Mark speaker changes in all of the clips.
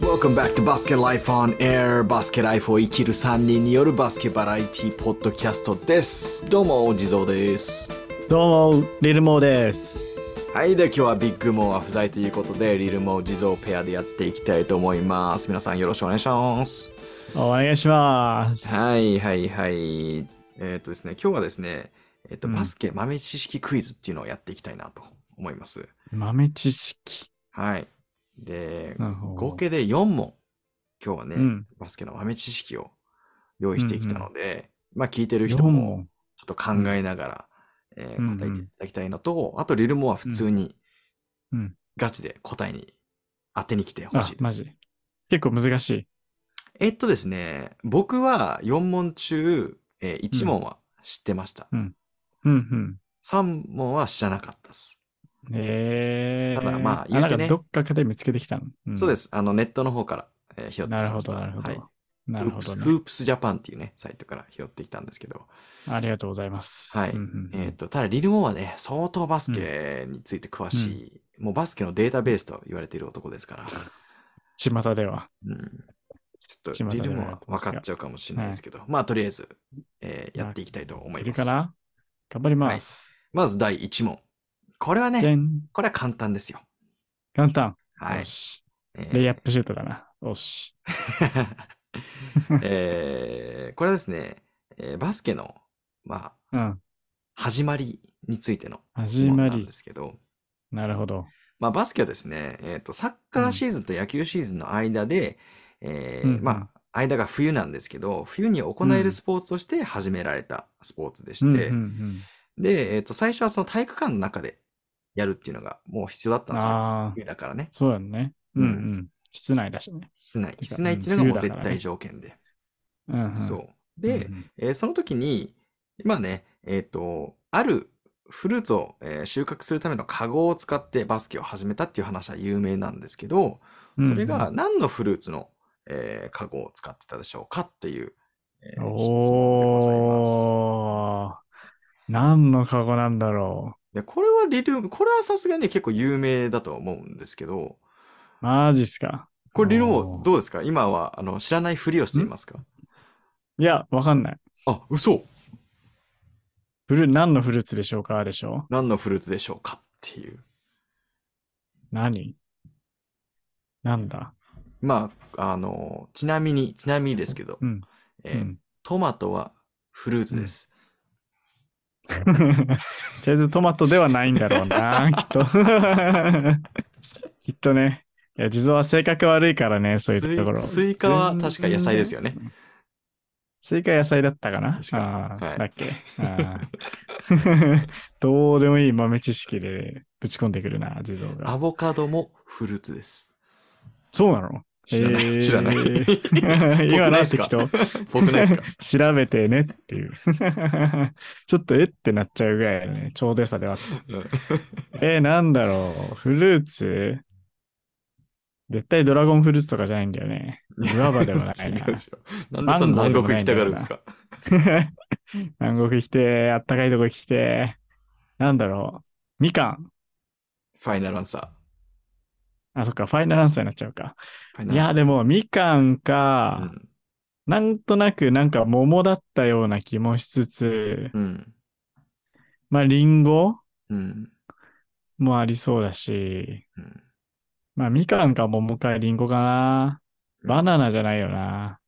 Speaker 1: Welcome back to Basket Life on Air バスケライフを生きる3人によるバスケバラエティポッドキャストですどうも地蔵です
Speaker 2: どうも、リルモーです。
Speaker 1: はいで今日はビッグモーは不在ということでリルモー地蔵ペアでやっていきたいと思います皆さんよろしくお願いします
Speaker 2: お願いします。
Speaker 1: はいはいはいえっ、とですね今日はですねえっ、と、
Speaker 2: うん
Speaker 1: バスケ豆知識クイズっていうのをやっていきたいなと思います
Speaker 2: 豆知識。
Speaker 1: はいで
Speaker 2: なるほど
Speaker 1: 合計で4問今日はね、
Speaker 2: うん。
Speaker 1: バスケの豆知識を用意してきたので、まあ聞いてる人
Speaker 2: どう
Speaker 1: も
Speaker 2: も。
Speaker 1: ちょっと考えながら、え
Speaker 2: うんう
Speaker 1: ー
Speaker 2: ん
Speaker 1: 答えていただきたいのと、あとリルモは普通に
Speaker 2: うん
Speaker 1: ガチで答えに当てに来てほ
Speaker 2: あ
Speaker 1: しい、で
Speaker 2: マ
Speaker 1: す。
Speaker 2: ジ。結構難しい。
Speaker 1: えっとですね、僕は4問中、えー1問は知ってました。
Speaker 2: うん
Speaker 1: 3問は知らなかったです。
Speaker 2: うん。えー。
Speaker 1: ただまあ
Speaker 2: あ
Speaker 1: 言う
Speaker 2: なん
Speaker 1: て
Speaker 2: か
Speaker 1: ね
Speaker 2: どっかで見つけてきたの。ん
Speaker 1: そうで。す。あのネットの方から、えー拾ってき
Speaker 2: なるほ
Speaker 1: ました。
Speaker 2: ど、なるほ
Speaker 1: はい
Speaker 2: ど。なるほど
Speaker 1: フ
Speaker 2: ね。
Speaker 1: ープスジャパンっていうね、サイトから拾ってきたんですけど、
Speaker 2: ありがとうございます。
Speaker 1: はい
Speaker 2: うんうん
Speaker 1: えっ、と、ただリルモはね、相当バスケについて詳しい、もうバスケのデータベースと言われている男ですから、
Speaker 2: 巷では。
Speaker 1: うん、ちょっと
Speaker 2: 巷で
Speaker 1: リ
Speaker 2: は
Speaker 1: ルモは分かっちゃうかもしれないですけど、まあとりあえず、えーやっていきたいと思
Speaker 2: い
Speaker 1: い
Speaker 2: る
Speaker 1: ま
Speaker 2: か
Speaker 1: す。
Speaker 2: な頑張ります。
Speaker 1: まず第1問。これは
Speaker 2: じゃ
Speaker 1: ね、
Speaker 2: ん。
Speaker 1: これは簡単ですよ。
Speaker 2: 簡単。
Speaker 1: は
Speaker 2: よ
Speaker 1: い。
Speaker 2: し。
Speaker 1: えー
Speaker 2: レイアップシュートだな。よし。
Speaker 1: えーこれはですね、えーバスケの、まあ、
Speaker 2: うん。
Speaker 1: 始まりについての質問なんですけど、
Speaker 2: なるほど。
Speaker 1: まあ、バスケはですね、えーと、サッカーシーズンと野球シーズンの間で、えー
Speaker 2: うんうん
Speaker 1: まあ、間が冬なんですけど、冬に行えるスポーツとして始められたスポーツでして、
Speaker 2: うんうんうん。
Speaker 1: で、えーと、最初はその体育館の中でやるっていうのがもう必要だったんですよ。
Speaker 2: ああ、
Speaker 1: 冬だからね、
Speaker 2: そうだね。うん
Speaker 1: う
Speaker 2: うんん。室内だしね。
Speaker 1: 室内。
Speaker 2: か
Speaker 1: 室内っていうのがもう
Speaker 2: うん冬
Speaker 1: 絶
Speaker 2: だからね
Speaker 1: 対条件で。
Speaker 2: うんうん。
Speaker 1: そう。で、
Speaker 2: うん
Speaker 1: えーその時に、今ね、えっ、と、あるフルーツを、えー収穫するためのカゴを使ってバスケを始めたっていう話は有名なんですけど、
Speaker 2: うん、
Speaker 1: それが何のフルーツの、えーカゴを使ってたでしょうかっていう、えー質問でございます。
Speaker 2: おー何のカゴなんだろ
Speaker 1: でこれはリル、これはさすがに結構有名だと思うんですけど、
Speaker 2: う。マジっすか。
Speaker 1: これリル
Speaker 2: お
Speaker 1: も
Speaker 2: ー
Speaker 1: どうですか今はあの知らないふりをしていますか
Speaker 2: いや、わかんない。
Speaker 1: あ、嘘
Speaker 2: フル、何のフルーツでしょうかでしょ
Speaker 1: 何のフルーツでしょうかっていう。
Speaker 2: 何なんだ
Speaker 1: まあ、あの、ちなみに、ちなみにですけど、
Speaker 2: うん。
Speaker 1: え
Speaker 2: う
Speaker 1: ー
Speaker 2: ん、
Speaker 1: トマトはフルーツです。
Speaker 2: とりあえずトマトではないんだろ うな、きっと。 きっとね。いや、地蔵は性格悪いからね、そういうところ。
Speaker 1: スイスイカは確か野菜ですよね。
Speaker 2: スイカ野菜だったかな
Speaker 1: 確か
Speaker 2: あー
Speaker 1: はい
Speaker 2: だっけあ ーどうでもいい豆知識でぶち込んでくるな、地蔵
Speaker 1: ア
Speaker 2: が。
Speaker 1: ボカドもフルーツです。
Speaker 2: そうなの
Speaker 1: 知らない。知ら ない。
Speaker 2: い今
Speaker 1: 僕ない
Speaker 2: な
Speaker 1: っ
Speaker 2: ん
Speaker 1: す
Speaker 2: て
Speaker 1: か
Speaker 2: きと
Speaker 1: 僕ないですか
Speaker 2: 調べてねっていう。 ちょっとえってなっちゃうぐらいのね、ちょうどよさではあった。
Speaker 1: うん
Speaker 2: えー、なんだろう。フルーツ絶対ドラゴンフルーツとかじゃないんだよね。岩場ではない
Speaker 1: 違
Speaker 2: な
Speaker 1: う違うなんでそんな南国行きたがるんですか
Speaker 2: 南国来て、あったかいとこ来て。なんだろう。みかん。
Speaker 1: ファイナルアンサ
Speaker 2: あ、そっか、ファイナルアンサーになっちゃうか。
Speaker 1: ー。ファイナ
Speaker 2: い
Speaker 1: ルアンサ
Speaker 2: や、
Speaker 1: ー
Speaker 2: で、も、みかん
Speaker 1: う
Speaker 2: か、
Speaker 1: ん。
Speaker 2: なんとなく、なんか桃だったような気もしつつ、
Speaker 1: うん。
Speaker 2: まあ、リンゴ
Speaker 1: うん。
Speaker 2: もありそうだし、
Speaker 1: うん
Speaker 2: まあ、みかんか桃かリンゴかな。バナナじゃないよな。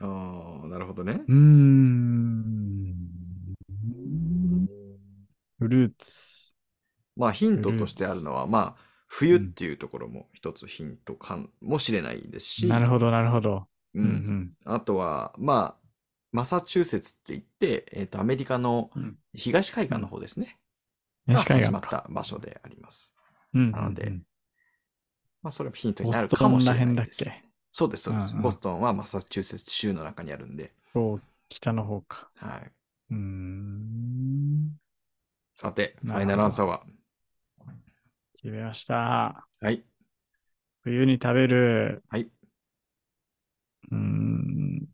Speaker 1: ああ、なるほどね。
Speaker 2: うーん。フルーツ。
Speaker 1: まあヒントとしてあるのは、まあ冬っていうところも一つヒントかもしれないですし、
Speaker 2: なるほど、なるほど。
Speaker 1: う
Speaker 2: うんんうん。
Speaker 1: あとは、まあ、マサチューセッツって言って、えっ、と、アメリカの
Speaker 2: うん
Speaker 1: 東海岸の方ですね。が
Speaker 2: 西海岸
Speaker 1: 始まっ
Speaker 2: か。
Speaker 1: た場所であります。
Speaker 2: うんうん
Speaker 1: なので
Speaker 2: うん
Speaker 1: まあ、それはヒントに
Speaker 2: ボ
Speaker 1: な
Speaker 2: ス
Speaker 1: るか
Speaker 2: トン
Speaker 1: もし
Speaker 2: ら
Speaker 1: れ
Speaker 2: 辺
Speaker 1: な
Speaker 2: だっ
Speaker 1: いです。
Speaker 2: け
Speaker 1: そうです、そうです。
Speaker 2: うんうん
Speaker 1: ボストンはマサチューセッツ州の中にあるんで。
Speaker 2: そう、北の方か。
Speaker 1: はい。
Speaker 2: うーん。
Speaker 1: さて、フ
Speaker 2: なる
Speaker 1: ァ
Speaker 2: ほど
Speaker 1: イナルアンサーは、
Speaker 2: 決めました。
Speaker 1: はい。
Speaker 2: 冬に食べる。
Speaker 1: はい。
Speaker 2: うーん。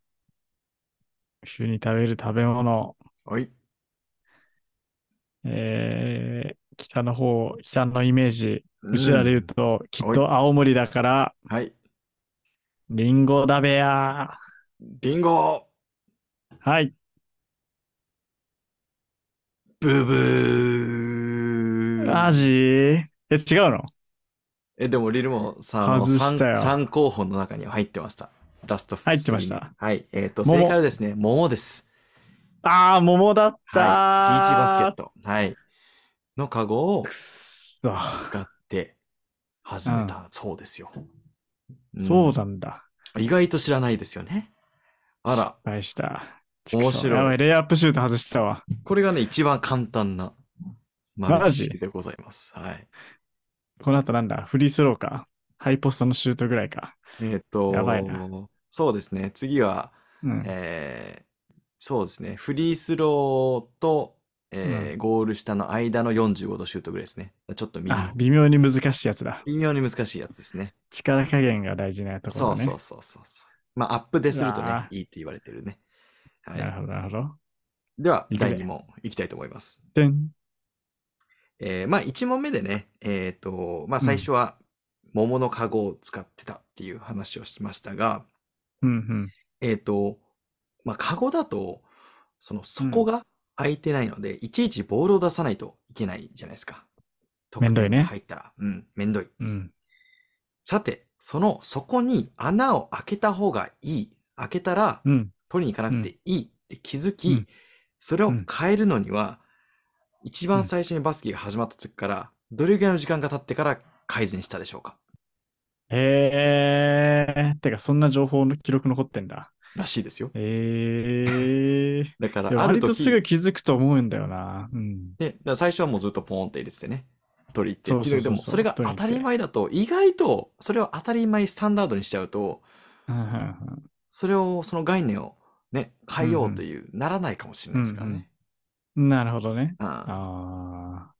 Speaker 2: 冬に食べる食べ物。
Speaker 1: はい。
Speaker 2: えー、北の方、北のイメージ。
Speaker 1: う
Speaker 2: うちらで言うんと、きっと青森だから、
Speaker 1: はい。
Speaker 2: リンゴだべや
Speaker 1: リンゴ
Speaker 2: ー。はい。
Speaker 1: ブブ
Speaker 2: マ
Speaker 1: ー
Speaker 2: ジえ、違うの
Speaker 1: え、でもリルもさ、あの
Speaker 2: 外したよ
Speaker 1: 3, 候補の中には入ってました。ラストフ
Speaker 2: 入ってました。
Speaker 1: はい。えっ、と、
Speaker 2: 桃
Speaker 1: 正解はですね、桃です。
Speaker 2: ああ、桃だったー。
Speaker 1: はい。ピーチバスケット。はい。のカゴを
Speaker 2: くっそ。
Speaker 1: 使って始めたそうですよ。ん
Speaker 2: そうなんだ。
Speaker 1: 意外と知らないですよね。あら、
Speaker 2: 失敗した。
Speaker 1: 面白い
Speaker 2: ちくしょうやばレイアップシュート外したわ。
Speaker 1: これがね、一番簡単な
Speaker 2: マ
Speaker 1: 豆
Speaker 2: ジ
Speaker 1: 知識でございます。はい。
Speaker 2: この後なんだフリースローか。ハイポストのシュートぐらいか。
Speaker 1: えっと
Speaker 2: やばいな、
Speaker 1: そうですね。次は、
Speaker 2: うん。
Speaker 1: えーそうですね。フリースローと、えーゴール下の間の45度シュートぐらいですね。ちょっと右
Speaker 2: あ、微妙に難しいやつだ。
Speaker 1: 微妙に難しいやつですね。
Speaker 2: 力加減が大事なとこ
Speaker 1: そ
Speaker 2: ろだ
Speaker 1: う
Speaker 2: ね。
Speaker 1: そうそうそうそう。まあ、アップですると
Speaker 2: う
Speaker 1: ね
Speaker 2: わ、
Speaker 1: いいって言われてるね。は
Speaker 2: なる
Speaker 1: い。
Speaker 2: ほど、なるほど。
Speaker 1: では、
Speaker 2: いくぜ
Speaker 1: 第2問いきたいと思います。
Speaker 2: てん。
Speaker 1: えーまあ、1問目でね、えっ、と、まあ、最初は桃のカゴを使ってたっていう話をしましたが、
Speaker 2: うんうん。
Speaker 1: えっ、と、まあ、カゴだと、その底が空いてないので、いちいちボールを出さないといけないじゃないですか。
Speaker 2: めんどい
Speaker 1: 得
Speaker 2: ね
Speaker 1: 点が入ったら。うん、めんどい。
Speaker 2: うん。
Speaker 1: さて、その底に穴を開けた方がいい。開けたら
Speaker 2: うん。
Speaker 1: 取りに行かなくていいって気づき、
Speaker 2: うん
Speaker 1: それを変えるのには、一番最初にバスケが始まった時から、どれぐらいの時間が経ってから改善したでしょうか
Speaker 2: えー。てか、そんな情報の記録残ってんだ。
Speaker 1: らしいですよ。
Speaker 2: え ー。
Speaker 1: だから、
Speaker 2: いや
Speaker 1: ある
Speaker 2: 割
Speaker 1: 時
Speaker 2: とすぐ気づくと思うんだよな。うん。
Speaker 1: で、だから最初はもうずっとポーンって入れててね、取り入ってっていうの
Speaker 2: そ
Speaker 1: で
Speaker 2: うそうそう
Speaker 1: も、
Speaker 2: そう
Speaker 1: それが当たり前だと、意外と、それを当たり前スタンダードにしちゃうと、
Speaker 2: うんうん
Speaker 1: それを、その概念をね、変えようという、ならないかもしれないですからね。
Speaker 2: うんなるほどね。
Speaker 1: ああ
Speaker 2: ああ。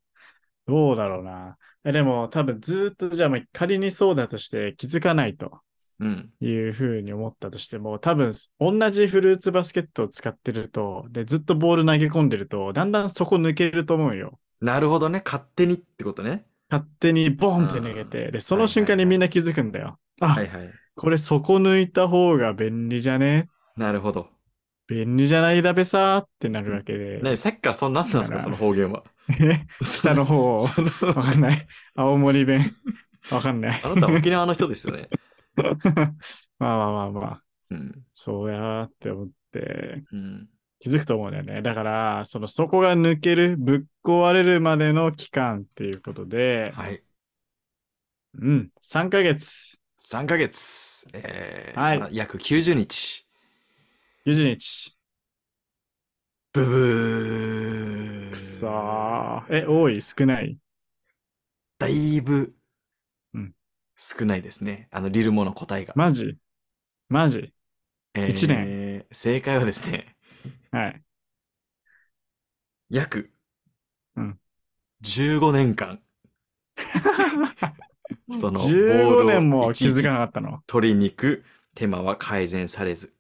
Speaker 2: どうだろうな。えでも、多分ずーっと、じゃあ、まあ仮にそうだとして気づかないと
Speaker 1: うん。
Speaker 2: いうふうに思ったとしても、多分、同じフルーツバスケットを使ってると、で、ずっとボール投げ込んでると、だんだんそこ抜けると思うよ。
Speaker 1: なるほどね、勝手にってことね。
Speaker 2: 勝手にボンって抜けて、で、その瞬間にみんな気づくんだよ。あ、
Speaker 1: はいはい。
Speaker 2: これそこ抜いた方が便利じゃね
Speaker 1: なるほど。
Speaker 2: 便利じゃないだべさーってなるわけで。
Speaker 1: ね、さっきからそんなんなんですか、
Speaker 2: だから
Speaker 1: その方言は。
Speaker 2: 下の 方を。
Speaker 1: その
Speaker 2: わかんない。青森弁。わかんない。
Speaker 1: あなたは沖縄の人ですよ ね。
Speaker 2: まあまあまあまあ。
Speaker 1: うん。
Speaker 2: そうやーって思って、
Speaker 1: うん。
Speaker 2: 気づくと思うんだよね。だから、その底が抜ける、ぶっ壊れるまでの期間っていうことで、
Speaker 1: はい。
Speaker 2: うん、3ヶ月、
Speaker 1: 3ヶ月。えー、
Speaker 2: はい
Speaker 1: まあ約90日。
Speaker 2: 90日。
Speaker 1: ブブー。
Speaker 2: くそー。え、多い少ない
Speaker 1: だいぶ
Speaker 2: うん
Speaker 1: 少ないですね。あの、リルモの答えが。
Speaker 2: マジマジ
Speaker 1: え
Speaker 2: 一年
Speaker 1: 正解はですね、
Speaker 2: はい。
Speaker 1: 約、
Speaker 2: うん
Speaker 1: 15年 間、その、ボー
Speaker 2: 15年
Speaker 1: ルを
Speaker 2: も
Speaker 1: い
Speaker 2: 気
Speaker 1: ちい
Speaker 2: づ
Speaker 1: ち
Speaker 2: かなかったの。
Speaker 1: 取りに行く手間は改善されず。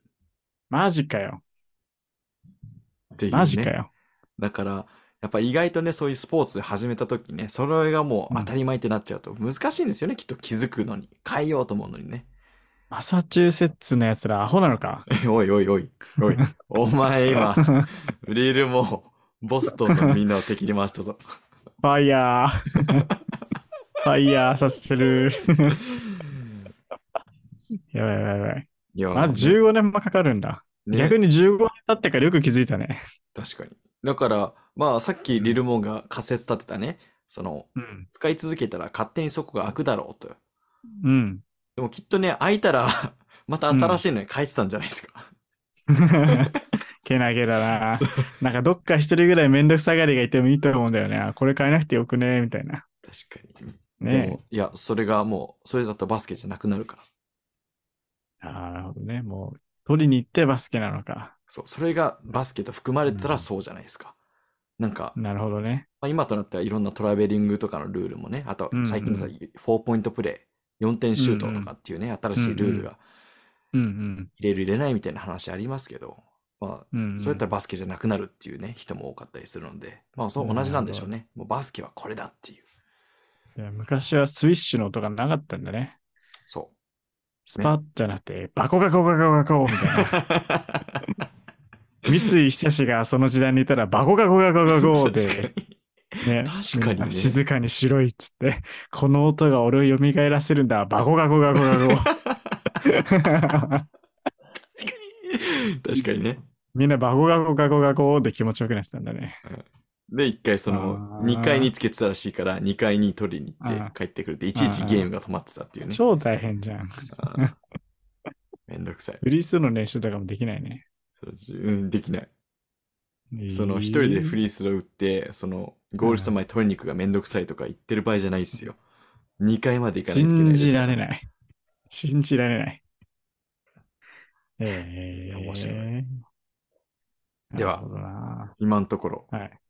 Speaker 2: マジかよ。
Speaker 1: っていう、ね。
Speaker 2: マジかよ。
Speaker 1: だから、やっぱ意外とね、そういうスポーツで始めた時ね、それがもう当たり前ってなっちゃうと難しいんですよね、きっと気づくのに。変えようと思うのにね。
Speaker 2: マサチューセッツのやつらアホなのか。
Speaker 1: おいおいおい、おい、お前今、
Speaker 2: フ
Speaker 1: リルも、ボストンのみんなを敵に回した ぞ。
Speaker 2: ァイヤー。 ファイヤーさせる。やばいやばいやばい。
Speaker 1: いや、
Speaker 2: まず15年もかかるんだ。
Speaker 1: ね
Speaker 2: 逆に15年経ってからよく気づいたね。
Speaker 1: 確かに。だから、まあ、さっきリルモンが仮説立てたね、その、
Speaker 2: うん。
Speaker 1: 使い続けたら勝手にそこが開くだろうと。
Speaker 2: うん。
Speaker 1: でもきっとね、開いたら、 また新しいのに変えてたんじゃないですか。
Speaker 2: けなげ だな。なんかどっか一人ぐらいめんどくさがりがいてもいいと思うんだよね。あこれ変えなくてよくね、みたいな。
Speaker 1: 確かに。で
Speaker 2: ね
Speaker 1: も、いや、それがもう、それだとバスケじゃなくなるから。
Speaker 2: え。ああ、なるほどね。もう、取りに行ってバスケなのか。
Speaker 1: そう、それがバスケと含まれてた
Speaker 2: う
Speaker 1: ら
Speaker 2: ん
Speaker 1: そうじゃないですか。なんか、
Speaker 2: なるほどね。
Speaker 1: まあ、今となってはいろんなトラベリングとかのルールもね、あと
Speaker 2: うんうん
Speaker 1: 最近だったら4ポイントプレイ、4点シュートとかっていうね、新しいルールが
Speaker 2: うん
Speaker 1: 入れる入れないみたいな話ありますけど、ま
Speaker 2: うん。うん、う
Speaker 1: あ、
Speaker 2: ん。
Speaker 1: そういったらバスケじゃなくなるっていうね、人も多かったりするので、まあ、そう同じなんでしょうね。もうバスケはこれだっていう。
Speaker 2: いや昔はスイッシュの音がなかったんだね。
Speaker 1: そ
Speaker 2: スパッじゃなくて、バコガコガコガコ みたいな。三井久志がその時代にいたら、バコガコガコガコで、ね、
Speaker 1: 確かにね
Speaker 2: みんな静かにしろいっつって、この音が俺を蘇らせるんだ、バコガコガコガコ。
Speaker 1: 確かにね。
Speaker 2: みんなバコガコガコガコで気持ちよくなってたんだね。
Speaker 1: で、一回その
Speaker 2: あ、ー
Speaker 1: 2階につけてたらしいから、2階に取りに行って帰ってくるって、いちいちゲームが止まってたっていうね。
Speaker 2: 超大変じゃん。
Speaker 1: うんめんどくさい。
Speaker 2: フリースローの練習とかもできないね。
Speaker 1: それじうん、できない。その、
Speaker 2: えー
Speaker 1: 一人でフリースロー打って、その、ゴール下前取りに行くがめんどくさいとか言ってる場合じゃないですよ。2階まで行かないといけないで
Speaker 2: 信
Speaker 1: す
Speaker 2: じられ
Speaker 1: い。
Speaker 2: ない。信じられない。ええ
Speaker 1: 面白い
Speaker 2: い
Speaker 1: では
Speaker 2: は。
Speaker 1: 今のところ、
Speaker 2: はい。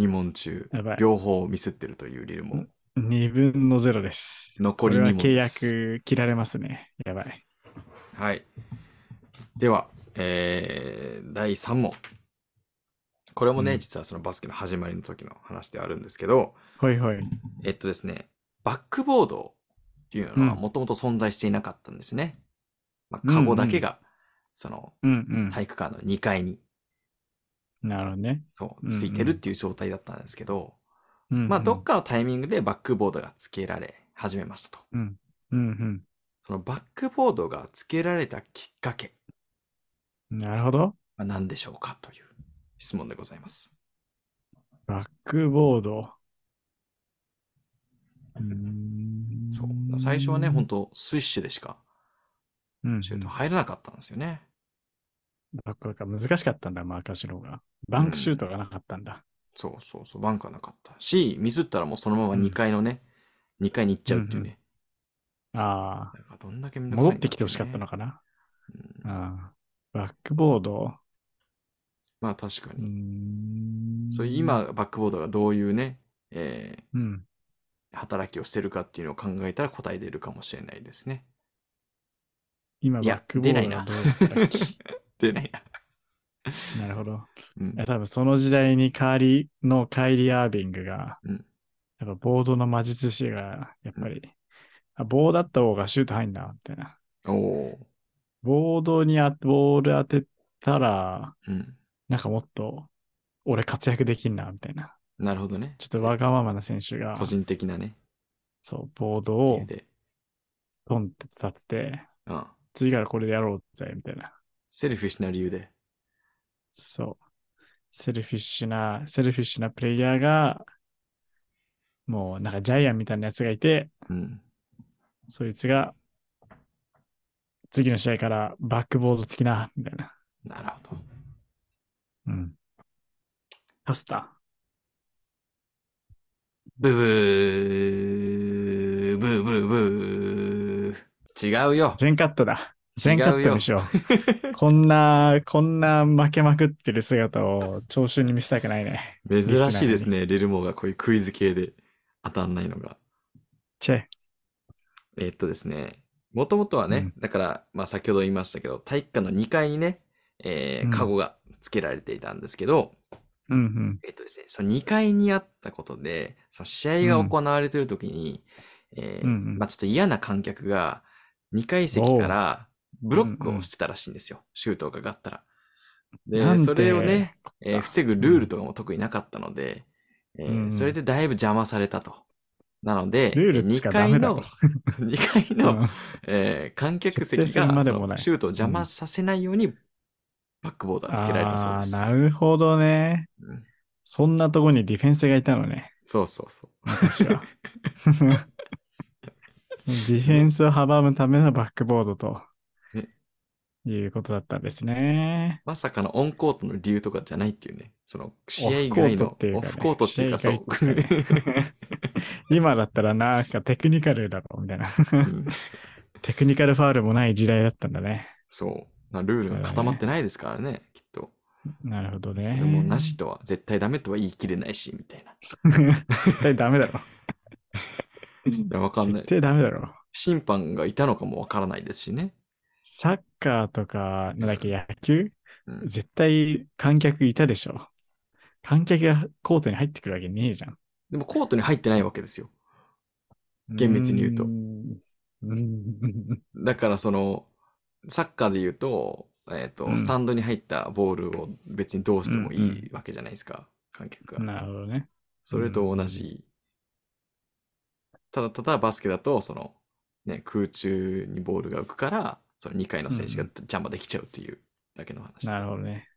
Speaker 1: 2問中、
Speaker 2: やばい。
Speaker 1: 両方ミスってるというリルも、
Speaker 2: 2分の0です。
Speaker 1: 残
Speaker 2: こ
Speaker 1: り
Speaker 2: れは
Speaker 1: 2問
Speaker 2: 契
Speaker 1: です。
Speaker 2: 約切られますね。やばい。
Speaker 1: はい。では、えー第3問。これもね、
Speaker 2: うん
Speaker 1: 実はそのバスケの始まりの時の話ではあるんですけど、
Speaker 2: ほいほい。
Speaker 1: えっとですね、バックボードっていうのは
Speaker 2: うん
Speaker 1: もともと存在していなかったんですね。ま
Speaker 2: う
Speaker 1: あ、
Speaker 2: んう
Speaker 1: カ
Speaker 2: ん
Speaker 1: ゴだけが、その
Speaker 2: うん
Speaker 1: 体育館の2階に、
Speaker 2: うん。なるほどね。
Speaker 1: そ
Speaker 2: うん
Speaker 1: う、
Speaker 2: うん
Speaker 1: ついてるっていう状態だったんですけど、
Speaker 2: うんうん
Speaker 1: まあ、どっかのタイミングでバックボードがつけられ始めましたと。
Speaker 2: うん
Speaker 1: そのバックボードがつけられたきっかけ
Speaker 2: うん。なるほど。
Speaker 1: は何でしょうかという質問でございます。
Speaker 2: バックボード。うーん
Speaker 1: そう。最初はね、本当スイッシュでしか
Speaker 2: うんうん
Speaker 1: シュート入らなかったんですよね。
Speaker 2: バックが難しかったんだ、マーカーシローが。バンクシュートがなかったんだ。
Speaker 1: そうそうそう、バンカーなかったし、ミスったらもうそのまま2階のね、2階に行っちゃうっていうね。
Speaker 2: ああ、
Speaker 1: なんかどんだけめんどくさい
Speaker 2: 戻
Speaker 1: んだ
Speaker 2: ってきてほしかったの
Speaker 1: か。
Speaker 2: かな。
Speaker 1: うん
Speaker 2: ああバックボード。
Speaker 1: まあ確か
Speaker 2: うー
Speaker 1: に。
Speaker 2: ん
Speaker 1: そういう、今、バックボードがどういうね、え
Speaker 2: うん。
Speaker 1: ー働きをしてるかっていうのを考えたら答え出るかもしれないですね。
Speaker 2: 今、
Speaker 1: い
Speaker 2: バッ
Speaker 1: や
Speaker 2: クボ
Speaker 1: 出
Speaker 2: ード
Speaker 1: ないな
Speaker 2: がどうだったっけ
Speaker 1: 出ないな。
Speaker 2: なるほど。
Speaker 1: うん
Speaker 2: いや多分その時代にカーリーのカイリー・アービングが、
Speaker 1: うん
Speaker 2: やっぱボードの魔術師が、やっぱり、あ棒だった方がシュート入んな、みたいな。
Speaker 1: おお
Speaker 2: ボードにあボール当てたら、
Speaker 1: ー。うん。
Speaker 2: なんかもっと、俺活躍できんな、みたいな。
Speaker 1: なるほどね。
Speaker 2: ちょっとわがままな選手が
Speaker 1: 個、人的なね、
Speaker 2: そう、ボード
Speaker 1: 理
Speaker 2: を
Speaker 1: 由で。
Speaker 2: トンって立てて、
Speaker 1: うん。
Speaker 2: 次からこれでやろうぜ、みたいな。
Speaker 1: セルフィッシュな理由で。
Speaker 2: そう。セルフィッシュな、セルフィッシュなプレイヤーが、もうなんかジャイアンみたいなやつがいて、
Speaker 1: うん。
Speaker 2: そいつが、次の試合からバックボードつきな、みたいな。
Speaker 1: なるほど。
Speaker 2: うん。パスタ。
Speaker 1: ブブー、ブーブーブー。違うよ。
Speaker 2: 全カットだ。全カットでしょ
Speaker 1: 違。
Speaker 2: こんな、こんな負けまくってる姿を聴衆に見せたくないね。
Speaker 1: 珍しいですね。リルモがこういうクイズ系で当たんないのが。
Speaker 2: チェ。
Speaker 1: えーっとですね。もともとはね、だから、まあ先ほど言いましたけど、体育館の2階にね、えー
Speaker 2: うん
Speaker 1: カゴがつけられていたんですけど、
Speaker 2: うんうん。
Speaker 1: えっとですね、その2階にあったことで、その試合が行われてる時に、えー
Speaker 2: うんうん
Speaker 1: まあちょっと嫌な観客が2階席からブロックをしてたらしいんですよ。シュートが上がったら。
Speaker 2: なん
Speaker 1: で、
Speaker 2: て
Speaker 1: それをね、えー
Speaker 2: だ
Speaker 1: 防ぐルールとかも特になかったので、えー
Speaker 2: うんうん
Speaker 1: それでだいぶ邪魔されたと。なので、
Speaker 2: ルールっつう
Speaker 1: 2
Speaker 2: かダメ
Speaker 1: 階
Speaker 2: だ
Speaker 1: の
Speaker 2: ろ、
Speaker 1: 2階
Speaker 2: う
Speaker 1: の、
Speaker 2: ん
Speaker 1: えー観客席
Speaker 2: 決定
Speaker 1: が
Speaker 2: 戦ま
Speaker 1: そ
Speaker 2: でもな
Speaker 1: の
Speaker 2: い
Speaker 1: シュートを邪魔させないようにバックボードがつけられたそうです。
Speaker 2: あーなるほどね。
Speaker 1: うん
Speaker 2: そんなとこにディフェンスがいたのね、
Speaker 1: そうそうそう。
Speaker 2: 昔は。そのディフェンスを阻むためのバックボードと
Speaker 1: ね。
Speaker 2: いうことだったんですね。
Speaker 1: まさかのオンコートの理由とかじゃないっていうね。その、試合
Speaker 2: オ
Speaker 1: 外
Speaker 2: フコート
Speaker 1: の
Speaker 2: っていう
Speaker 1: オ
Speaker 2: かね
Speaker 1: フコートっていうか、
Speaker 2: 試
Speaker 1: そ
Speaker 2: 合
Speaker 1: う。
Speaker 2: 外っていうか ね今だったらなんかテクニカルだろうみたいな。
Speaker 1: うん
Speaker 2: テクニカルファウルもない時代だったんだね。
Speaker 1: そう。まあルールが固まってないですからね、きっと。
Speaker 2: なるほどね。
Speaker 1: それもなし。とは、絶対ダメとは言い切れないし、みたいな。い
Speaker 2: 絶対ダメだろ。
Speaker 1: や、わかんない
Speaker 2: 絶。対ダメだろ。
Speaker 1: 審判がいたのかもわからないですしね。
Speaker 2: サッカーとか、なんだっけ、野球
Speaker 1: うん、
Speaker 2: 絶対観客いたでしょ。観客がコートに入ってくるわけねえじゃん。
Speaker 1: でも、コートに入ってないわけですよ。厳密に言うと
Speaker 2: ーん。うん
Speaker 1: だからその、サッカーで言うと、えっ、と、
Speaker 2: うん
Speaker 1: スタンドに入ったボールを別にどうしてもいいわけじゃないですか、観客が。
Speaker 2: なるほどね。
Speaker 1: それと同じ。ただただバスケだと、その、ね、空中にボールが浮くから、その2回の選手が
Speaker 2: う
Speaker 1: 邪魔できちゃうっていうだけの話。。
Speaker 2: なるほどね。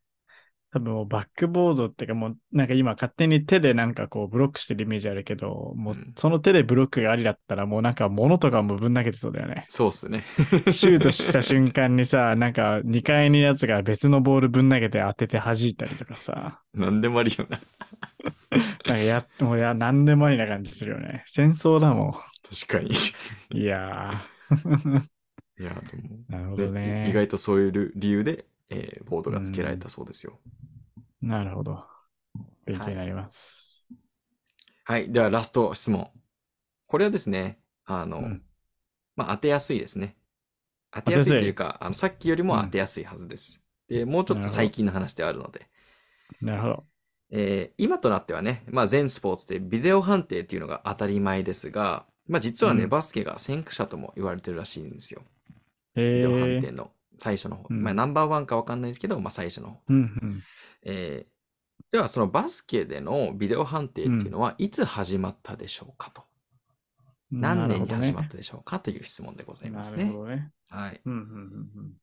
Speaker 2: 多分もうバックボードっていうかもうなんか今勝手に手でなんかこうブロックしてるイメージあるけど、もううんその手でブロックがありだったらもうなんか物とかもぶん投げてそうだよね
Speaker 1: そうっすね。
Speaker 2: シュートした瞬間にさ、なんか2階にやつが別のボールぶん投げて当てて弾いたりとかさ、
Speaker 1: なんでもありよな。
Speaker 2: なんかや、もうや、なんでもありな感じするよね。戦争だも
Speaker 1: 確かに。
Speaker 2: ん。いやー。
Speaker 1: いや、でも、
Speaker 2: なるほ
Speaker 1: ね
Speaker 2: どね。
Speaker 1: 意外とそういう理由で、えーボードが付けられたそうですよ。
Speaker 2: なるほど。勉強になります。
Speaker 1: はい。では、ラスト質問。これはですね、あの、
Speaker 2: うん
Speaker 1: まあ、当てやすいですね。当て
Speaker 2: て
Speaker 1: や
Speaker 2: や
Speaker 1: す
Speaker 2: すい
Speaker 1: いというか、あのさっきよりも当てやすいはずです。で、もうちょっと
Speaker 2: なるほど
Speaker 1: 最近の話ではあるので、
Speaker 2: なるほど。
Speaker 1: えー今となってはね、まあ、全スポーツでビデオ判定っていうのが当たり前ですが、まあ、実はね、
Speaker 2: うん
Speaker 1: バスケが先駆者とも言われてるらしいんですよ。ビ
Speaker 2: え
Speaker 1: デオ判
Speaker 2: ー
Speaker 1: 定、の最初の方。
Speaker 2: うん
Speaker 1: まあ、ナンバーワンかわかんないですけど、まあ、最初の方。
Speaker 2: うんうん。
Speaker 1: えーでは、そのバスケでのビデオ判定っていうのは、いつ始まったでしょうかと。何年に始まったでしょうかという質問でございます
Speaker 2: なる
Speaker 1: ね。
Speaker 2: ほどね。
Speaker 1: はい、
Speaker 2: うんうんうんうん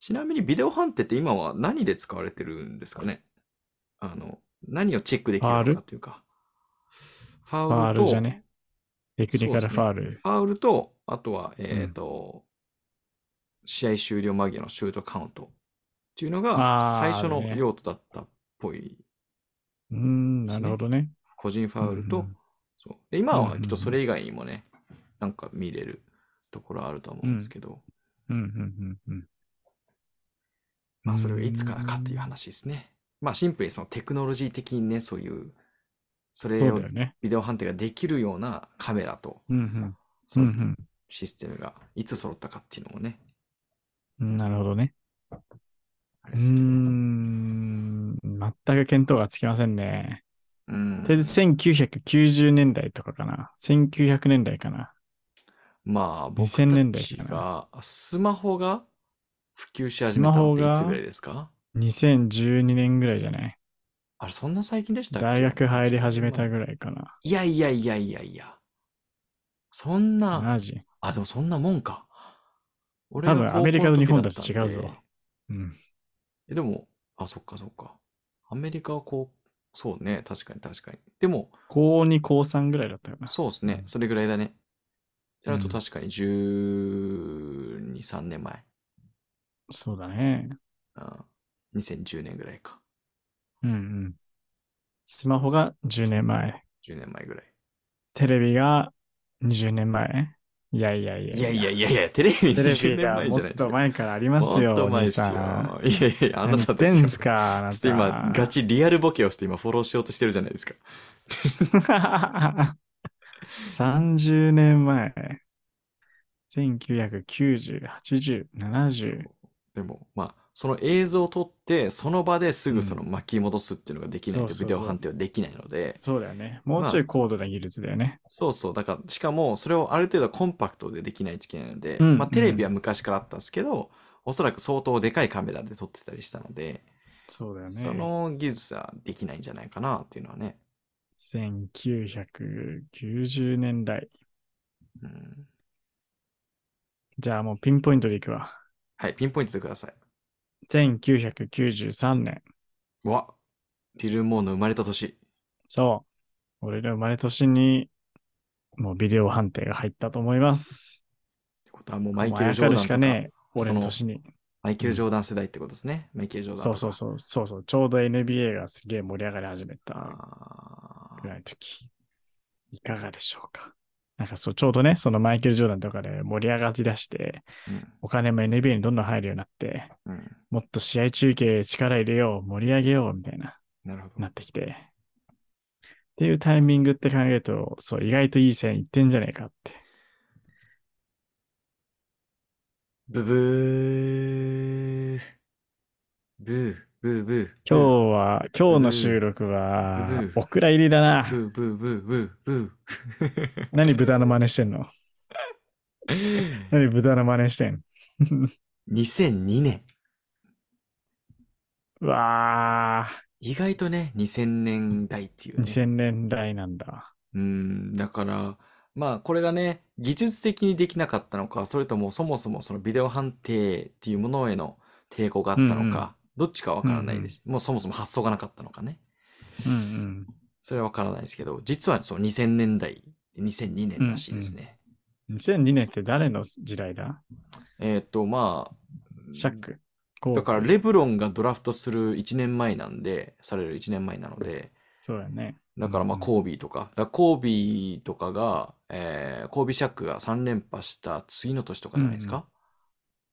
Speaker 1: ちなみにビデオ判定って今は何で使われてるんですかねあの何をチェックできる
Speaker 2: ファ
Speaker 1: の
Speaker 2: ウ
Speaker 1: か
Speaker 2: ル
Speaker 1: というか。ファ
Speaker 2: フ
Speaker 1: ウ
Speaker 2: ァ
Speaker 1: ル
Speaker 2: ー
Speaker 1: と、
Speaker 2: ルじゃね。テクニカルファール。
Speaker 1: ファウルと、あとは、えっ、と、試合終了間際のシュートカウントっていうのが
Speaker 2: あー
Speaker 1: 最初
Speaker 2: あ
Speaker 1: の
Speaker 2: るね
Speaker 1: 用途だったっぽい。
Speaker 2: うーん、なるほどね。
Speaker 1: 個人ファウル
Speaker 2: う
Speaker 1: と
Speaker 2: んうん、
Speaker 1: そうで今
Speaker 2: うんうん
Speaker 1: は
Speaker 2: うん
Speaker 1: きっとそれ以外にもね、なんか見れるところあると思うんですけど、
Speaker 2: うんうんうんうん。
Speaker 1: まあそれがいつからかという話ですね。まあシンプルにそのテクノロジー的にね、そういう、それ
Speaker 2: そう
Speaker 1: を
Speaker 2: だよね。
Speaker 1: ビデオ判定ができるようなカメラと、
Speaker 2: うん
Speaker 1: そ
Speaker 2: うん。う
Speaker 1: の
Speaker 2: ん
Speaker 1: システムがいつ揃ったかっていうのもね、
Speaker 2: うん。なるほどね。
Speaker 1: あ
Speaker 2: う
Speaker 1: れ
Speaker 2: ー
Speaker 1: ですけど。
Speaker 2: ん。全く見当がつきませんね。
Speaker 1: うん
Speaker 2: とりあえず1990年代とかかな。1900年代かな。
Speaker 1: まあ僕
Speaker 2: 2000年
Speaker 1: た
Speaker 2: 代
Speaker 1: ち
Speaker 2: かな
Speaker 1: が、スマホが普及し始めたのっていつぐらいですか
Speaker 2: 2012年ぐらいじゃない
Speaker 1: あれ、そんな最近でしたっけ
Speaker 2: 大学入り始めた
Speaker 1: い
Speaker 2: ぐらいかな。
Speaker 1: いやいやいやいやいや。そんな、
Speaker 2: マジ
Speaker 1: あ、でもそんなもんか。俺
Speaker 2: 多
Speaker 1: が
Speaker 2: 分
Speaker 1: 高校
Speaker 2: アメリカと
Speaker 1: の時
Speaker 2: 日本
Speaker 1: だ
Speaker 2: だ
Speaker 1: っ
Speaker 2: と
Speaker 1: たんで
Speaker 2: 違うぞうん。
Speaker 1: え、でも、あ、そっかそっか。アメリカはこう、そうね、確かに確かに。でも、
Speaker 2: 高2、高3ぐらいだったよな。
Speaker 1: そうですね、
Speaker 2: うん
Speaker 1: それぐらいだね。ってなると
Speaker 2: うん
Speaker 1: 確かに12、3年前。
Speaker 2: そうだね。
Speaker 1: あ2010年ぐらいか。
Speaker 2: うんうん。スマホが10年前。
Speaker 1: 10年前ぐらい。
Speaker 2: テレビが20年前。いやいやいや
Speaker 1: いやいやいやいや、テレビ
Speaker 2: テレ
Speaker 1: 20年
Speaker 2: ビが
Speaker 1: 前
Speaker 2: も
Speaker 1: じゃない
Speaker 2: っ
Speaker 1: です
Speaker 2: と
Speaker 1: か。
Speaker 2: 前からありますよ。
Speaker 1: もっと前ですよ。い
Speaker 2: お兄
Speaker 1: やいやいや、
Speaker 2: さん
Speaker 1: あなたです
Speaker 2: 何言って
Speaker 1: よ
Speaker 2: ん。すか、あなた。
Speaker 1: ちょっと今、ガチリアルボケをして今、フォローしようとしてるじゃないですか。
Speaker 2: 30年前。1990、80、70。
Speaker 1: でも、まあ、その映像を撮って、その場ですぐその巻き戻すっていうのができない
Speaker 2: そ
Speaker 1: と、
Speaker 2: うそ
Speaker 1: ビ
Speaker 2: うそ
Speaker 1: デ
Speaker 2: う
Speaker 1: オ判定はできないので、
Speaker 2: そうだよね。もうちょい高度な技術だよね。
Speaker 1: そうそう、だから、しかも、それをある程度コンパクトでできないといけないので、
Speaker 2: うん
Speaker 1: まあ、テレビは昔からあったんですけど、おそらく相当でかいカメラで撮ってたりしたので、
Speaker 2: そうだよね。
Speaker 1: その技術はできないんじゃないかなっていうのはね。
Speaker 2: 1990年代。
Speaker 1: うん、
Speaker 2: じゃあもうピンポイントでいくわ。
Speaker 1: はい、ピンポイントでください。
Speaker 2: 1993年。
Speaker 1: うわリル・モーの生まれた年。
Speaker 2: そう。俺の生まれ年に、もうビデオ判定が入ったと思います。
Speaker 1: ってことはもうマイケ
Speaker 2: もう
Speaker 1: ル・
Speaker 2: あや
Speaker 1: ジョーダ
Speaker 2: か
Speaker 1: ン
Speaker 2: る
Speaker 1: と
Speaker 2: し
Speaker 1: か
Speaker 2: かねえ、
Speaker 1: そ
Speaker 2: 俺
Speaker 1: の
Speaker 2: の年に。
Speaker 1: マイケル・ジョーダン世代ってことですね。マイケル・ジョーダンと
Speaker 2: そう
Speaker 1: か。
Speaker 2: そうそう、そうそう、ちょうど NBA がすげえ盛り上がり始めた
Speaker 1: あー
Speaker 2: ぐらいの時。いかがでしょうか。なんかそう、ちょうどね、そのマイケル・ジョーダンとかで盛り上がり出して、
Speaker 1: うん
Speaker 2: お金も NBA にどんどん入るようになって、
Speaker 1: うん
Speaker 2: もっと試合中継力入れよう、盛り上げよう、みたいな。
Speaker 1: なるほど。
Speaker 2: なってきて。っていうタイミングって考えると、そう、意外といい線いってんじゃねえかって。
Speaker 1: ブブー。ブー、ブー、ブー。
Speaker 2: 今日は、今日の収録は
Speaker 1: うん、
Speaker 2: お蔵入りだな。
Speaker 1: ブー、ブー、ブー、ブー、ブー。
Speaker 2: 何豚の真似してんの何豚の真似してん。
Speaker 1: 2002年。
Speaker 2: うわあ、
Speaker 1: 意外とね、2000年代っていうね。
Speaker 2: 2000年代なんだ。
Speaker 1: うん、だから、まあこれがね、技術的にできなかったのか、それともそもそもそのビデオ判定っていうものへの抵抗があった
Speaker 2: うんう
Speaker 1: の
Speaker 2: ん
Speaker 1: か、どっちかわからないです。もうそもそも発想がなかったのかね。
Speaker 2: うん
Speaker 1: それはわからないですけど、実はその2000年代、2002年らしいですね。
Speaker 2: うん。2002年って誰の時代だ
Speaker 1: えっと、まあ、
Speaker 2: シャック。こう
Speaker 1: だからレブロンがドラフトする1年前なんで、される1年前なので、
Speaker 2: そうやね。
Speaker 1: だからまあ
Speaker 2: うん
Speaker 1: コービーとか、だからコービーとかが、えーコービーシャックが3連覇した次の年とかじゃないです
Speaker 2: うん
Speaker 1: か。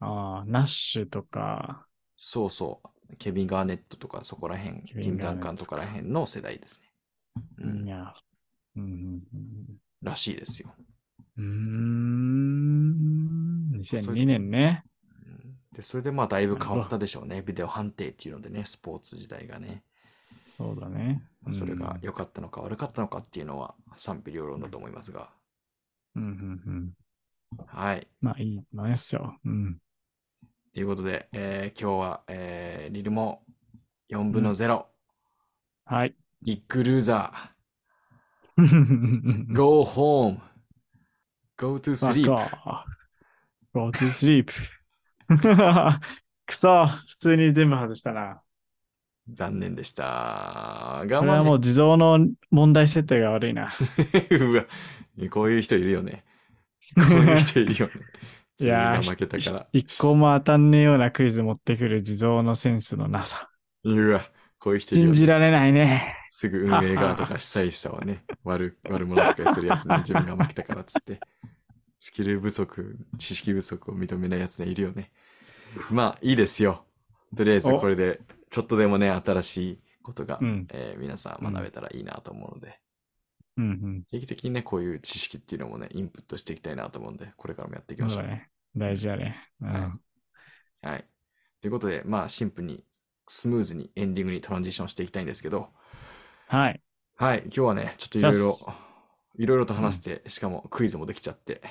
Speaker 2: ああ、ナッシュとか、
Speaker 1: そうそう。ケビン・ガーネットとかそこら辺、
Speaker 2: ケビン
Speaker 1: ティム・
Speaker 2: ガ
Speaker 1: ダ
Speaker 2: ー
Speaker 1: ン
Speaker 2: ネット
Speaker 1: カンとから辺の世代ですね。う
Speaker 2: い
Speaker 1: ん、
Speaker 2: や。うん
Speaker 1: らしいですよ。
Speaker 2: うんうん。うーん。
Speaker 1: そういう
Speaker 2: 2002年ね。
Speaker 1: うんで、それでまあだいぶ変わっ
Speaker 2: なるほ
Speaker 1: たでしょうね。ビデオ判定っていうのでね、スポーツ時代がね。
Speaker 2: そうだね。
Speaker 1: まあそれが良かったのか悪かったのかっていうのは賛否両論だと思いますが。
Speaker 2: うんうんうん。
Speaker 1: はい。
Speaker 2: まあいいのですよ。うん。
Speaker 1: ということで、えー今日は、えーリルモ4分の0、
Speaker 2: はい。
Speaker 1: ビッグルーザー、Go home, Go to sleep。
Speaker 2: Go to sleep. くそ普通に全部外したな。
Speaker 1: 残念でした。
Speaker 2: こ
Speaker 1: 頑
Speaker 2: れはも
Speaker 1: 張
Speaker 2: う地蔵の問題設定が悪いな。
Speaker 1: れ。 うわ、こういう人いるよね。 こういう人いるよね。
Speaker 2: いや
Speaker 1: 自分が負
Speaker 2: ー、
Speaker 1: けたから。
Speaker 2: ひ一個も当たんねえようなクイズ持ってくる地蔵のセンスのなさ。
Speaker 1: うわ、こういう人いるよ
Speaker 2: 信
Speaker 1: ね
Speaker 2: じ。られないね。
Speaker 1: すぐ運営側とか主催者をね、 悪、悪者扱いするやつね、自分が負けたからっつって。スキル不足、知識不足を認めないやつね、いるよね。まあ、いいですよ。とりあえず、
Speaker 2: お
Speaker 1: これで、ちょっとでもね、新しいことが、
Speaker 2: うん。
Speaker 1: えー皆さん学べたらいいなと思うので、
Speaker 2: うん
Speaker 1: 定期的にね、こういう知識っていうのもね、インプットしていきたいなと思うんで、これからもやっていき
Speaker 2: う
Speaker 1: ま
Speaker 2: ん。
Speaker 1: し
Speaker 2: そ
Speaker 1: ょ
Speaker 2: う
Speaker 1: う。
Speaker 2: だね。大事だね。う
Speaker 1: はい
Speaker 2: ん。
Speaker 1: はい。ということで、まあ、シンプルに、スムーズにエンディングにトランジションしていきたいんですけど、
Speaker 2: はい。
Speaker 1: はい、今日はね、ちょっといろい
Speaker 2: よ
Speaker 1: ろ
Speaker 2: し、
Speaker 1: いろいろと話して、しかもクイズもできちゃって、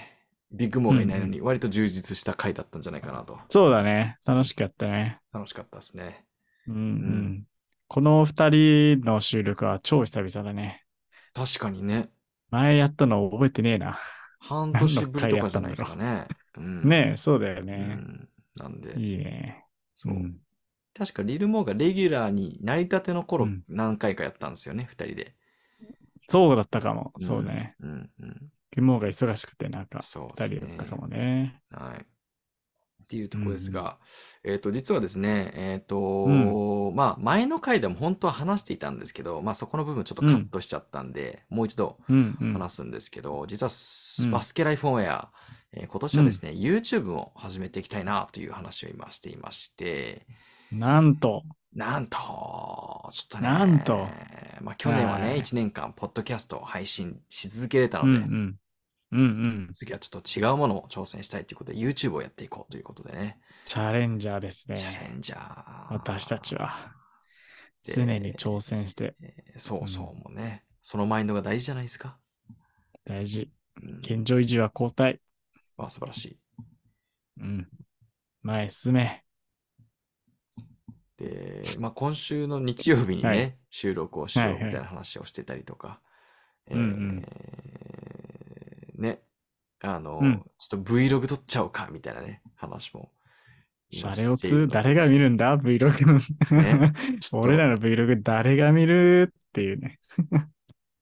Speaker 1: ビッグモーがいないのに割と充実した回だったんじゃないかなと、
Speaker 2: そうだね。楽しかったね。
Speaker 1: 楽しかったですね。
Speaker 2: うん
Speaker 1: ん
Speaker 2: この二人の収録は超久々だね。
Speaker 1: 確かにね、
Speaker 2: 前やったの覚えてねえな。
Speaker 1: 半年ぶりとかじゃないですかね。うん
Speaker 2: ねえ、そうだよ
Speaker 1: う
Speaker 2: ね。
Speaker 1: ん、なんで、
Speaker 2: いいね。
Speaker 1: そうう。
Speaker 2: ん
Speaker 1: 確かリルモーがレギュラーになりたての頃
Speaker 2: うん、
Speaker 1: 何回かやったんですよね、二人で。
Speaker 2: そうだったかも。そうね。
Speaker 1: うん、うん、
Speaker 2: 雲が忙しくて、なんか、
Speaker 1: そうで
Speaker 2: 二
Speaker 1: す
Speaker 2: 人だ
Speaker 1: ね
Speaker 2: っ。たかもね。
Speaker 1: はい。っていうところですが、えっと、実はですね、えっ、と、まあ、前の回でも本当は話していたんですけど、まあ、そこの部分ちょっとカットしちゃったんで、もう一度
Speaker 2: うん、うん。
Speaker 1: 話すんですけど、実はス
Speaker 2: うん
Speaker 1: バスケライフオンエア、えー今年はですね、YouTube を始めていきたいなという話を今していまして、
Speaker 2: なんと、
Speaker 1: なんと、ちょっとね、
Speaker 2: なんと
Speaker 1: まあ、去年は
Speaker 2: は
Speaker 1: ね、
Speaker 2: い
Speaker 1: 1年間、ポッドキャストを配信し続けれた
Speaker 2: うん、
Speaker 1: の
Speaker 2: う
Speaker 1: で、
Speaker 2: ん。うん、うん。
Speaker 1: 次はちょっと違うものを挑戦したいということで、YouTube をやっていこうということでね。
Speaker 2: チャレンジャーですね。
Speaker 1: チャレンジャー。
Speaker 2: 私たちは。
Speaker 1: で
Speaker 2: 常に挑戦して、
Speaker 1: えーそうそうもうね、そのマインドが大事じゃないですか。
Speaker 2: 大事。
Speaker 1: うん、
Speaker 2: 現状維持は交代。
Speaker 1: まあ素晴らしい。
Speaker 2: うん。前へ進め。
Speaker 1: で、まあ今週の日曜日にね、
Speaker 2: はい
Speaker 1: 収録をしよう
Speaker 2: はい
Speaker 1: み
Speaker 2: はい
Speaker 1: たいな話をしてたりとか、
Speaker 2: うんうん
Speaker 1: えーね、あの、
Speaker 2: うん
Speaker 1: ちょっと Vlog 撮っちゃおうかみたいなね、話も
Speaker 2: シ
Speaker 1: 今
Speaker 2: ャ
Speaker 1: して
Speaker 2: レ
Speaker 1: いるの
Speaker 2: オ
Speaker 1: で。
Speaker 2: ツ誰が見るんだ ?Vlog。
Speaker 1: ねちょっと
Speaker 2: 俺らの Vlog 誰が見るっていうね。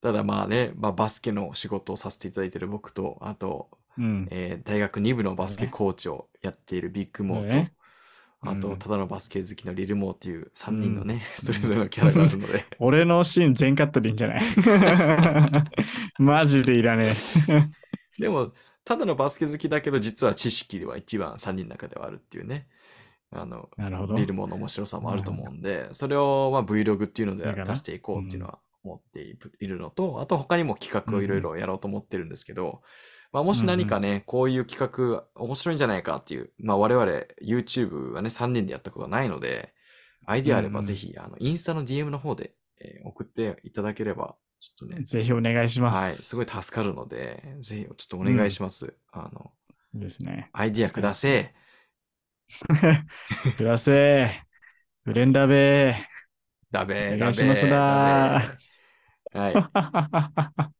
Speaker 1: ただまあね、まあ、バスケの仕事をさせていただいてる僕と、あと、
Speaker 2: うん。
Speaker 1: えー大学2部のバスケコーチをやっているビッグモーと、
Speaker 2: ね
Speaker 1: あ
Speaker 2: う
Speaker 1: と、
Speaker 2: ん
Speaker 1: ただのバスケ好きのリルモーという3人のね、 それぞれのキャラがあるので、
Speaker 2: 俺のシーン全カットでいいんじゃない マジでいらねえ。
Speaker 1: でも、ただのバスケ好きだけど、実は知識では一番3人の中ではあるっていうね、あの、
Speaker 2: なるほど
Speaker 1: リ。ルモーの面白さもあると思うんで、それをまあ Vlog っていうので
Speaker 2: だから
Speaker 1: 出していこうっていうのは思っているのと、あと他にも企画をいろいろやろうと思ってるんですけど、まあ、もし何かね、こういう企画面白いんじゃないかっていう、まあ、我々 YouTube はね、3人でやったことはないので、アイディアあれば
Speaker 2: うんうん
Speaker 1: ぜひ、あの、インスタの DM の方で、えー送っていただければ、ちょっとね、
Speaker 2: ぜひお願いしま
Speaker 1: はい、
Speaker 2: す。
Speaker 1: すごい助かるので、ぜひちょっとお願いします。あの、
Speaker 2: いいですね。
Speaker 1: アイディアくだせえ。
Speaker 2: プラセブレンダーベ
Speaker 1: だべ
Speaker 2: お
Speaker 1: ー、
Speaker 2: 願
Speaker 1: だ
Speaker 2: い
Speaker 1: べ
Speaker 2: します
Speaker 1: ー、
Speaker 2: だ
Speaker 1: だ
Speaker 2: ー
Speaker 1: べー。はい。
Speaker 2: ー。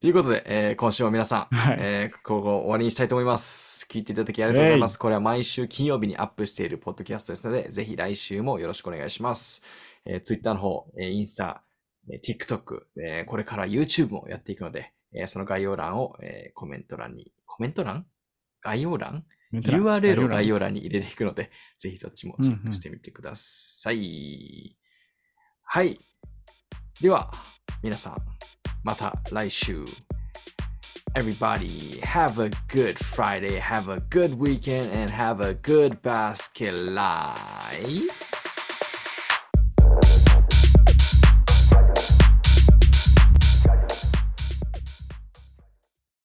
Speaker 1: ということで、えー今週も皆さん、
Speaker 2: はい
Speaker 1: えーここを終わりにしたいと思います。聞いていただきありがとうございます。これは毎週金曜日にアップしているポッドキャストですので、ぜひ来週もよろしくお願いします。えー、Twitter の方、えー、インスタ、えー TikTok、えーこれから YouTube もやっていくので、えーその概要欄を、えーコメント欄に、コメント欄概要欄 ?URL を概要欄に入れていくので、ぜひそっちもチェックしてみてください。はい。では、皆さん、また来週。Everybody, have a good Friday, have a good weekend, and have a good basket life.